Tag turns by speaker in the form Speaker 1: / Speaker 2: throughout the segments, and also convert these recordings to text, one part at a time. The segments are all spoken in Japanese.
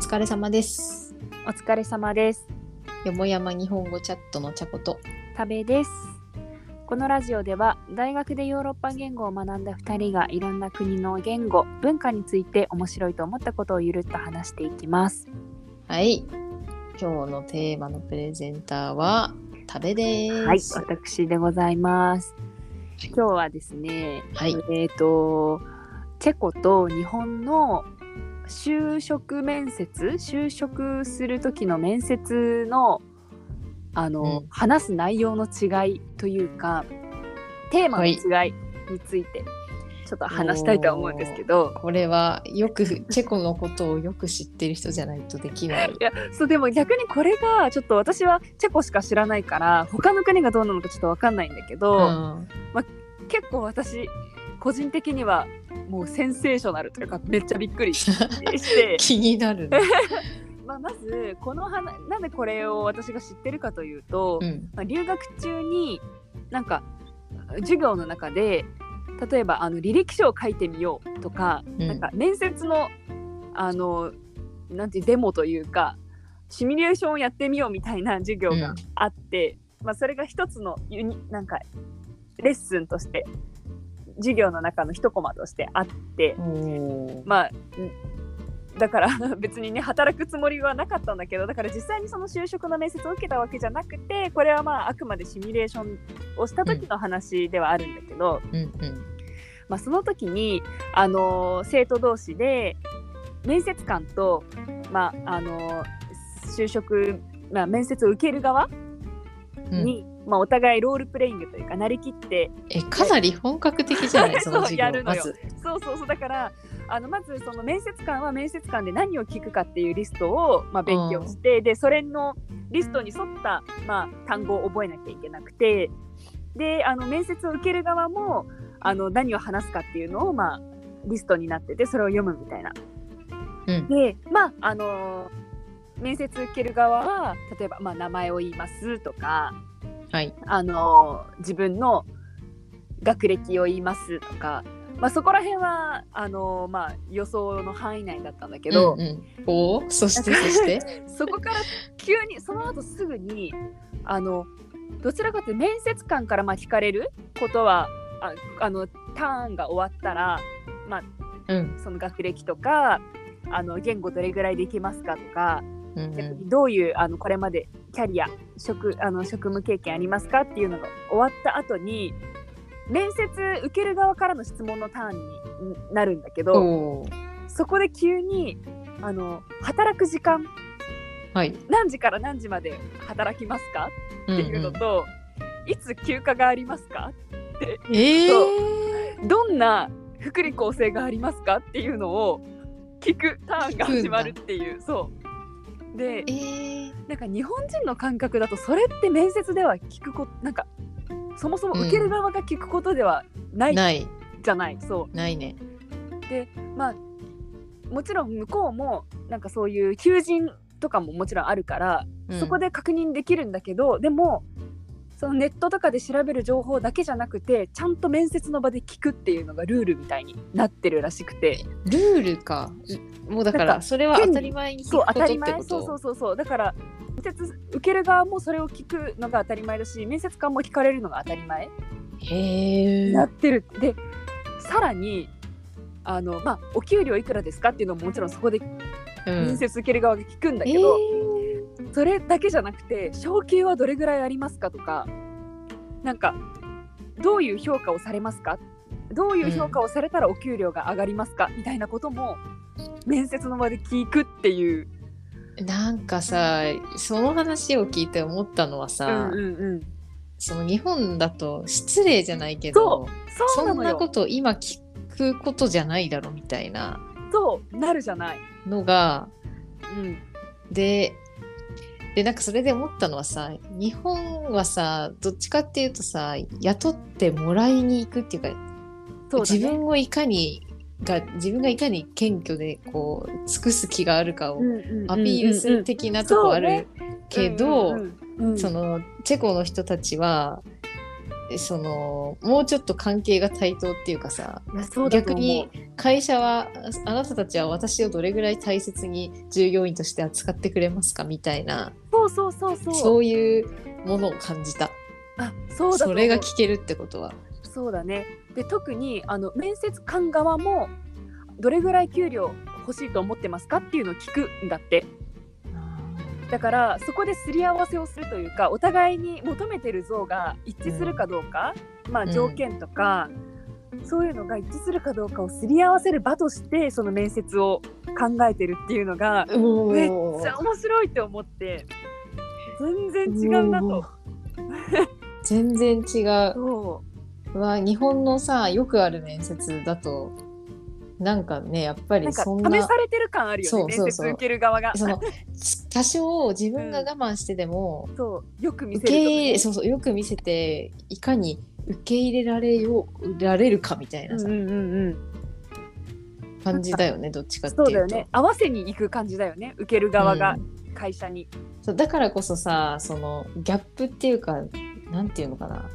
Speaker 1: 疲れ様です。
Speaker 2: お疲れ様です。
Speaker 1: よもやま日本語チャットのチャコと。
Speaker 2: 食べです。このラジオでは大学でヨーロッパ言語を学んだ2人がいろんな国の言語、文化について面白いと思ったことをゆるっと話していきます。
Speaker 1: はい。今日のテーマのプレゼンターは、食べ
Speaker 2: は
Speaker 1: で
Speaker 2: い、
Speaker 1: す。
Speaker 2: 私でございます。今日はですね、
Speaker 1: はい。
Speaker 2: えっ、とチェコと日本の就職面接、就職する時の面接のあの、
Speaker 1: うん
Speaker 2: 話す内容の違いというか、テーマの違いについてちょっと話したいとは思うんですけど、
Speaker 1: これは、よく、チェコのことをよく知ってる人じゃないとできない。
Speaker 2: いやそうでも逆にこれがちょっと私はチェコしか知らないから他の国がどうなのかちょっとわかんないんだけ
Speaker 1: う
Speaker 2: ど。
Speaker 1: ん。
Speaker 2: 結構私個人的にはもうセンセーショナルというかめっちゃびっくりし て、
Speaker 1: 気にな るね。
Speaker 2: まあ、まずこの話なんでこれを私が知ってるかというと、
Speaker 1: うん。
Speaker 2: まあ、留学中になんか授業の中で例えばあの履歴書を書いてみようとか,、
Speaker 1: うん
Speaker 2: なんか面接のあのなんていうデモというかシミュレーションをやってみようみたいな授業
Speaker 1: う
Speaker 2: が
Speaker 1: ん
Speaker 2: あって、まあ、それが一つのユニなんかレッスンとして授業の中の一コマとしてあって、
Speaker 1: おー
Speaker 2: まあんだから 別にね働くつもりはなかったんだけどだから実際にその就職の面接を受けたわけじゃなくてこれはまああくまでシミュレーションをした時の話ではあるんだけど、
Speaker 1: うんうん。
Speaker 2: まあ、その時に、あのー生徒同士で面接官と、まああのー就職、まあ、面接を受ける側
Speaker 1: うん、
Speaker 2: に、まあ、お互いロールプレイングというかなりきって
Speaker 1: えかなり本格的じゃないその
Speaker 2: そう
Speaker 1: 授
Speaker 2: や
Speaker 1: 業
Speaker 2: るの
Speaker 1: ま
Speaker 2: よ
Speaker 1: ず、
Speaker 2: そうそうそうだからあのまずその面接官は面接官で何を聞くかっていうリストを、まあ、勉強して、でそれのリストに沿った、まあ、単語を覚えなきゃいけなくてであの面接を受ける側もあの何を話すかっていうのを、まあ、リストになっててそれを読むみたいな。
Speaker 1: うん
Speaker 2: でまああの面接受ける側は例えば、まあ、名前を言いますとか
Speaker 1: はい
Speaker 2: あの自分の学歴を言いますとか、まあ、そこら辺はあの、まあ、予想の範囲内だったんだけど、
Speaker 1: うんうん、おーそしてそ して、
Speaker 2: そこから急にその後すぐにあのどちらかというと面接官からまあ聞かれることはああのターンが終わったら
Speaker 1: うん
Speaker 2: その学歴とかあの言語どれぐらいできますかとか
Speaker 1: うん
Speaker 2: 逆
Speaker 1: う
Speaker 2: にどういうあのこれまでキャリア職あの職務経験ありますかっていうのが終わった後に面接受ける側からの質問のターンになるんだけ
Speaker 1: ん、
Speaker 2: ど
Speaker 1: おー
Speaker 2: そこで急にあの働く時間
Speaker 1: はい、
Speaker 2: 何時から何時まで働きますか
Speaker 1: うん
Speaker 2: っ
Speaker 1: う
Speaker 2: ていうのと、いつ休暇がありますか
Speaker 1: ん、え
Speaker 2: そ
Speaker 1: ー、
Speaker 2: どんな福利厚生がありますかっていうのを聞くターンが始まるっていうそうで
Speaker 1: えー
Speaker 2: なんか日本人の感覚だとそれって面接では聞くことなんかそもそも受ける側が聞くことではない
Speaker 1: ない
Speaker 2: じゃない、そ
Speaker 1: ないね。
Speaker 2: うまあもちろん向こうもなんかそういう求人とかももちろんあるから、
Speaker 1: うん
Speaker 2: そこで確認できるんだけどでもそのネットとかで調べる情報だけじゃなくてちゃんと面接の場で聞くっていうのがルールみたいになってるらしくて
Speaker 1: ルールか。もうだか
Speaker 2: なん
Speaker 1: ら
Speaker 2: か
Speaker 1: それは当たり前に聞く
Speaker 2: そう
Speaker 1: こと
Speaker 2: 当
Speaker 1: ったて
Speaker 2: り
Speaker 1: こ
Speaker 2: 前
Speaker 1: と。
Speaker 2: そうそうそうそうだから面接受ける側もそれを聞くのが当たり前だし面接官も聞かれるのが当たり前
Speaker 1: へえ
Speaker 2: な。ってるでさらにあの、まあ、お給料いくらですかっていうのももちろんそこで
Speaker 1: うん
Speaker 2: 面接受ける側が聞くんだ
Speaker 1: え
Speaker 2: けど、それだけじゃなくて昇給はどれぐらいありますかとかなんかどういう評価をされますかどういう評価をされたらお給料が上がりますか、みたいなことも面接の場で聞くっていう。
Speaker 1: ーなんかさその話を聞いて思ったのは
Speaker 2: う
Speaker 1: さ、
Speaker 2: んうんうん、
Speaker 1: その日本だと失礼じゃないけど
Speaker 2: そうなの
Speaker 1: んなこ
Speaker 2: よ
Speaker 1: と今聞くことじゃないだろみたいな
Speaker 2: そうなるじゃない。
Speaker 1: のが
Speaker 2: うん
Speaker 1: ででなんかそれで思ったのはさ日本はさどっちかっていうとさ雇ってもらいに行くっていうか
Speaker 2: そうだね
Speaker 1: 自分をいかにが自分がいかに謙虚でこう尽くす気があるかを
Speaker 2: うんうんうんうん
Speaker 1: アピールする的なとこあ
Speaker 2: そうね
Speaker 1: るけど、
Speaker 2: うんうんうんうん
Speaker 1: そのチェコの人たちはそのもうちょっと関係が対等っていうかさ
Speaker 2: いやそうだと
Speaker 1: 逆
Speaker 2: 思う
Speaker 1: に会社はああなたたちは私をどれぐらい大切に従業員として扱ってくれますかみたいな
Speaker 2: そうそうそうそう
Speaker 1: そういうものを感じた
Speaker 2: あそうだと思う
Speaker 1: れが聞けるってことは
Speaker 2: そうだねで特にあの面接官側もどれぐらい給料欲しいと思ってますかっていうのを聞くんだってだからそこですり合わせをするというかお互いに求めてる像が一致するかどうか、まあ
Speaker 1: うん
Speaker 2: 条件とか、そういうのが一致するかどうかをすり合わせる場としてその面接を考えてるっていうのが
Speaker 1: おー
Speaker 2: めっちゃ面白いって思って全然違うな
Speaker 1: お
Speaker 2: と
Speaker 1: ー。全然違う
Speaker 2: そう
Speaker 1: わ日本のさよくある面接だとなんかねやっぱ
Speaker 2: うなん
Speaker 1: り
Speaker 2: か
Speaker 1: そん
Speaker 2: 試
Speaker 1: な
Speaker 2: されてる感あるよね
Speaker 1: そうそう
Speaker 2: 面
Speaker 1: そ
Speaker 2: 接
Speaker 1: う
Speaker 2: 受ける側が。
Speaker 1: そのち多少自分が我慢してでも、
Speaker 2: そうよく見せ
Speaker 1: 受
Speaker 2: ると
Speaker 1: け
Speaker 2: か
Speaker 1: 入れそうそうよく見せていかに受け入れられようられるかみたいなさ、
Speaker 2: うんうんうん
Speaker 1: 感じだよねどっちかって
Speaker 2: そうだ
Speaker 1: い
Speaker 2: よ
Speaker 1: うと。
Speaker 2: ね合わせに行く感じだよね受ける側が会社に、
Speaker 1: そうだからこそさそのギャップっていうかなんていうのかな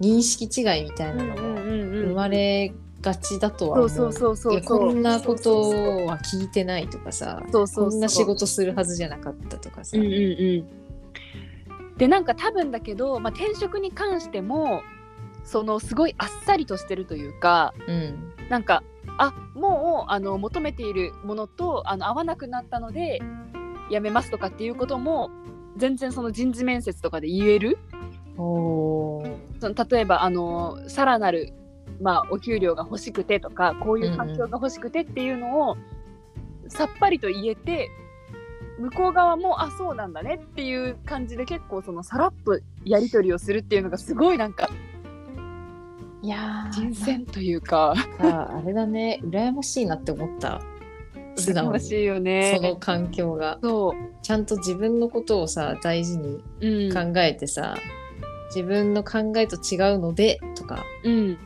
Speaker 1: 認識違いみたいなのも生まれがちだとは
Speaker 2: そ
Speaker 1: 思う。
Speaker 2: うそうそうそう
Speaker 1: い
Speaker 2: そ
Speaker 1: や
Speaker 2: う
Speaker 1: こんなことは聞いてないとかさ
Speaker 2: そうそうそう
Speaker 1: こんな仕事するはずじゃなかったとかさ、
Speaker 2: うんうんうんでなんか多分だけど、まあ、転職に関してもそのすごいあっさりとしてるというか
Speaker 1: うん
Speaker 2: なんかあもうあの求めているものとあの合わなくなったので辞めますとかっていうことも全然その人事面接とかで言える
Speaker 1: おー
Speaker 2: その例えばあのさらなる、まあ、お給料が欲しくてとかこういう環境が欲しくてっていうのをさっぱりと言えて向こう側もあそうなんだねっていう感じで結構そのさらっとやり取りをするっていうのがすごいな んか
Speaker 1: いやー
Speaker 2: 人選というか
Speaker 1: なんかあれだね羨ましいなって思った素 直
Speaker 2: 楽
Speaker 1: に
Speaker 2: しいよ
Speaker 1: その
Speaker 2: ね。
Speaker 1: 環境が
Speaker 2: そう
Speaker 1: ちゃんと自分のことをさ大事に
Speaker 2: うん
Speaker 1: 考えてさ、自分の考えと違うのでとか
Speaker 2: うん、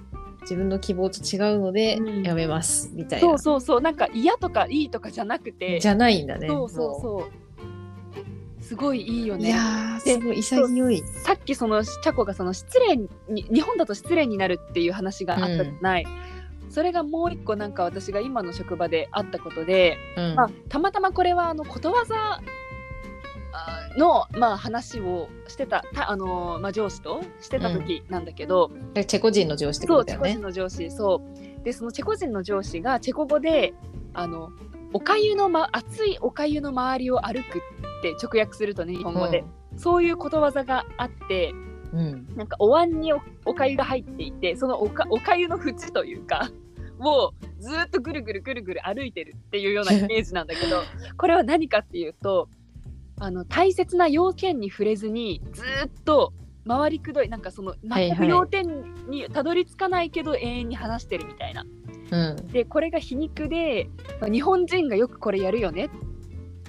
Speaker 1: 自分の希望と違うので
Speaker 2: うん
Speaker 1: やめます、みたい
Speaker 2: そ
Speaker 1: な
Speaker 2: うそうそうなんか嫌とかいいとかじゃなくて
Speaker 1: じゃないんだね
Speaker 2: そうそう
Speaker 1: も
Speaker 2: そうすごいいいよ
Speaker 1: う
Speaker 2: ね。
Speaker 1: いやー
Speaker 2: です
Speaker 1: ごい潔い
Speaker 2: さっきそのチャコがその失礼に日本だと失礼になるっていう話があったじゃない、それがもう一個なんか私が今の職場であったことで、
Speaker 1: うん
Speaker 2: まあ、たまたまこれはあのことわざあーの、まあ、話をしてたた、あのーまあ、上司としてた時なんだけど、
Speaker 1: でチェコ人の上司ってこと
Speaker 2: そう
Speaker 1: だ
Speaker 2: チェ
Speaker 1: よ
Speaker 2: コ
Speaker 1: ね
Speaker 2: 人の上司そうでそのチェコ人の上司がチェコ語であのおかゆの、ま、熱いおかゆの周りを歩くって直訳するとね日本語で、そういうことわざがあって。
Speaker 1: うんうん
Speaker 2: なんかお椀におお粥が入っていてそのおかお粥の縁とい うかをずーっとぐるぐるぐるぐる歩いてるっていうようなイメージなんだけど これは何かっていうとあの大切な要件に触れずにずーっと回りくどいなんかその
Speaker 1: いはい
Speaker 2: 全く要点にたどり着かないけど永遠に話してるみたいな。
Speaker 1: うん
Speaker 2: でこれが皮肉でまあ日本人がよくこれやるよねっ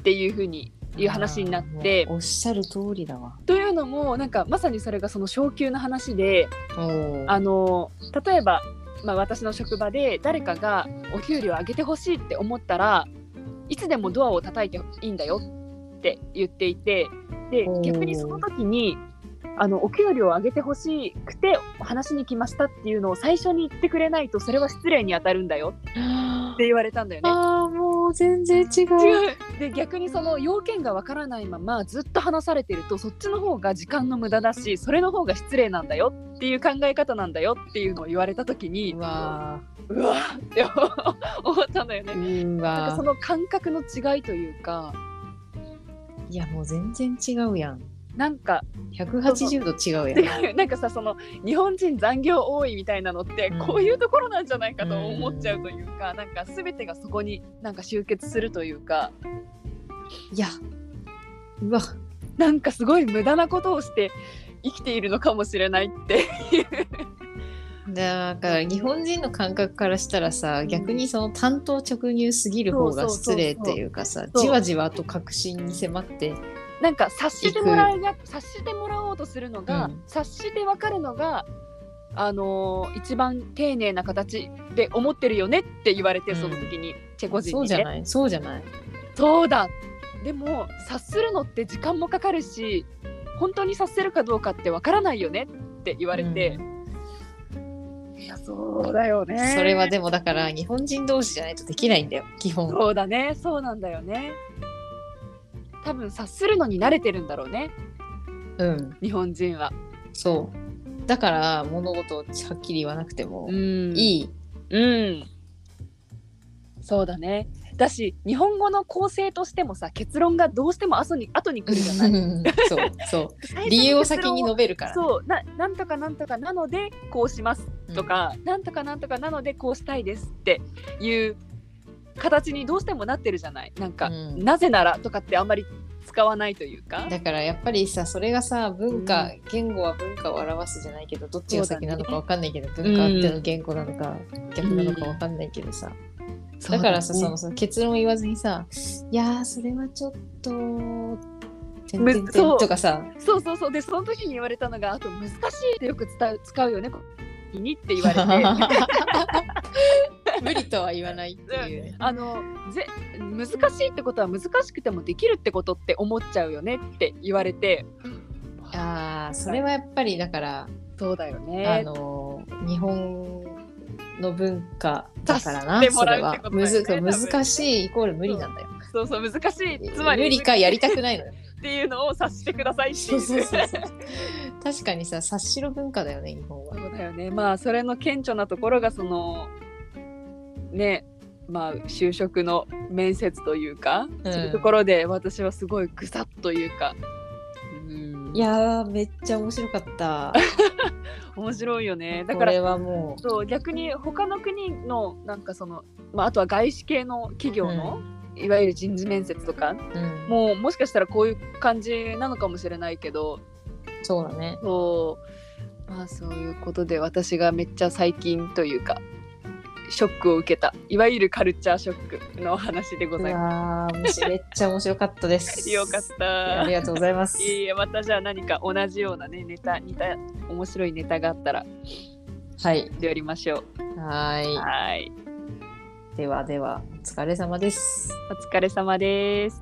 Speaker 2: ていうふうにいう話になって
Speaker 1: あーもうおっしゃる通りだわ
Speaker 2: というのもなんかまさにそれがその昇級の話で。
Speaker 1: おー
Speaker 2: あの例えば、まあ、私の職場で誰かがお給料上げてほしいって思ったらいつでもドアを叩いていいんだよって言っていてで
Speaker 1: おー
Speaker 2: 逆にその時にあのお給料を上げてほしくて話に来ましたっていうのを最初に言ってくれないとそれは失礼に当たるんだよって言われたんだよね。
Speaker 1: あーもう全然違う
Speaker 2: 違う で逆にその要件がわからないままずっと話されてるとそっちの方が時間の無駄だしそれの方が失礼なんだよっていう考え方なんだよっていうのを言われた時に
Speaker 1: うわ
Speaker 2: うわーって思ったんだよね。
Speaker 1: ーう
Speaker 2: なんか
Speaker 1: わ
Speaker 2: その感覚の違いというか
Speaker 1: ーいやもう全然違うやん
Speaker 2: な んか
Speaker 1: 180度違うやん
Speaker 2: 違うなんかさその日本人残業多いみたいなのって
Speaker 1: うん
Speaker 2: こういうところなんじゃないかと思っちゃうというか、なんか全てがそこになんか集結するというか
Speaker 1: いや、うわ、
Speaker 2: なんかすごい無駄なことをして生きているのかもしれないって
Speaker 1: だから日本人の感覚からしたらさ、
Speaker 2: うん
Speaker 1: 逆にその単刀直入すぎる方が失礼っていうかさ、
Speaker 2: そう
Speaker 1: じわじわと確信に迫って、
Speaker 2: なんか察してもらいが察してもらおうとするのが、
Speaker 1: うん
Speaker 2: 察して分かるのが、あのー一番丁寧な形で思ってるよねって言われて
Speaker 1: うん
Speaker 2: その時に、チェコ人
Speaker 1: そう
Speaker 2: に
Speaker 1: じゃ
Speaker 2: ね
Speaker 1: ない、そうじゃない。
Speaker 2: そうだでも察するのって時間もかかるし本当に察せるかどうかって分からないよねって言われて、いやそうだよね
Speaker 1: それはでもだから日本人同士じゃないとできないんだよ基本
Speaker 2: そうだねそうなんだよね多分察するのに慣れてるんだろうね
Speaker 1: うん
Speaker 2: 日本人は
Speaker 1: そうだから物事をはっきり言わなくても
Speaker 2: んい
Speaker 1: い
Speaker 2: い
Speaker 1: い
Speaker 2: うんそうだねだし日本語の構成としてもさ結論がどうしても後に後に来るじゃ ない
Speaker 1: そう そ
Speaker 2: 最初の
Speaker 1: う理由を先に
Speaker 2: 結論
Speaker 1: 述べるから
Speaker 2: そうななんとかなんとかなのでこうしますとか、なんとかなんとかなのでこうしたいですっていう形にどうしてもなってるじゃないなんか、
Speaker 1: うん
Speaker 2: なぜならとかってあんまり使わないというか
Speaker 1: だからやっぱりさそれがさ文
Speaker 2: う
Speaker 1: 化
Speaker 2: ん
Speaker 1: 言語は文化を表すじゃないけどどっちが先なのか
Speaker 2: そ
Speaker 1: わかんないけど文化あっての言語なのか逆なのかわかんないけどさだからさ
Speaker 2: そう
Speaker 1: そ
Speaker 2: だ
Speaker 1: の
Speaker 2: ね
Speaker 1: さ結論言わずにさ「いやーそれはちょっと」てん
Speaker 2: む
Speaker 1: てんてん
Speaker 2: そう
Speaker 1: とかさ
Speaker 2: そうそうそうでその時に言われたのがあと難しいってよく伝う使うよねこ うにって言わ れて
Speaker 1: 無理とは言わないっていうね。
Speaker 2: あのぜ難しいってことは難しくてもできるってことって思っちゃうよねって言われて
Speaker 1: あーそれはやっぱりだから、
Speaker 2: そうだよね
Speaker 1: あの日本の文化だからな
Speaker 2: 出して
Speaker 1: そ
Speaker 2: もら
Speaker 1: れ
Speaker 2: うって
Speaker 1: は
Speaker 2: ことだよね
Speaker 1: むず
Speaker 2: 多分
Speaker 1: 難しいイコール無理なんだよ。
Speaker 2: そうそう難しいつまり
Speaker 1: 無理かやりたくないの よ。
Speaker 2: っていうのを察してくださいって
Speaker 1: そ
Speaker 2: いうう
Speaker 1: そうそうそう確かにさ察しろ文化だよね日本は。
Speaker 2: そうだよねまあそれの顕著なところがそのねまあ就職の面接というか、
Speaker 1: うん
Speaker 2: そういうところで私はすごいぐさっというか、うん
Speaker 1: いやーめっちゃ面白かった。
Speaker 2: 面白いよねだ
Speaker 1: こ
Speaker 2: から
Speaker 1: れはもう。
Speaker 2: そう逆に他の国のなんかその、まあ、あとは外資系の企業の、いわゆる人事面接とか
Speaker 1: うん、
Speaker 2: もうもしかしたらこういう感じなのかもしれないけど
Speaker 1: そうだね。
Speaker 2: そうまあそういうことで私がめっちゃ最近というかショックを受けたいわゆるカルチャーショックのお話でご
Speaker 1: い
Speaker 2: ざい
Speaker 1: や
Speaker 2: ま。
Speaker 1: ー面白いめっちゃ面白かったですす。
Speaker 2: よかっ
Speaker 1: あ
Speaker 2: た。
Speaker 1: り
Speaker 2: い
Speaker 1: がとうございます。
Speaker 2: えいえまたじゃあ何か同じようなねネタ似た面白いネタがあったら
Speaker 1: はい。
Speaker 2: やりましょ
Speaker 1: は
Speaker 2: う。は
Speaker 1: い。
Speaker 2: い
Speaker 1: ではでは、お疲れ様です。
Speaker 2: お疲れ様です。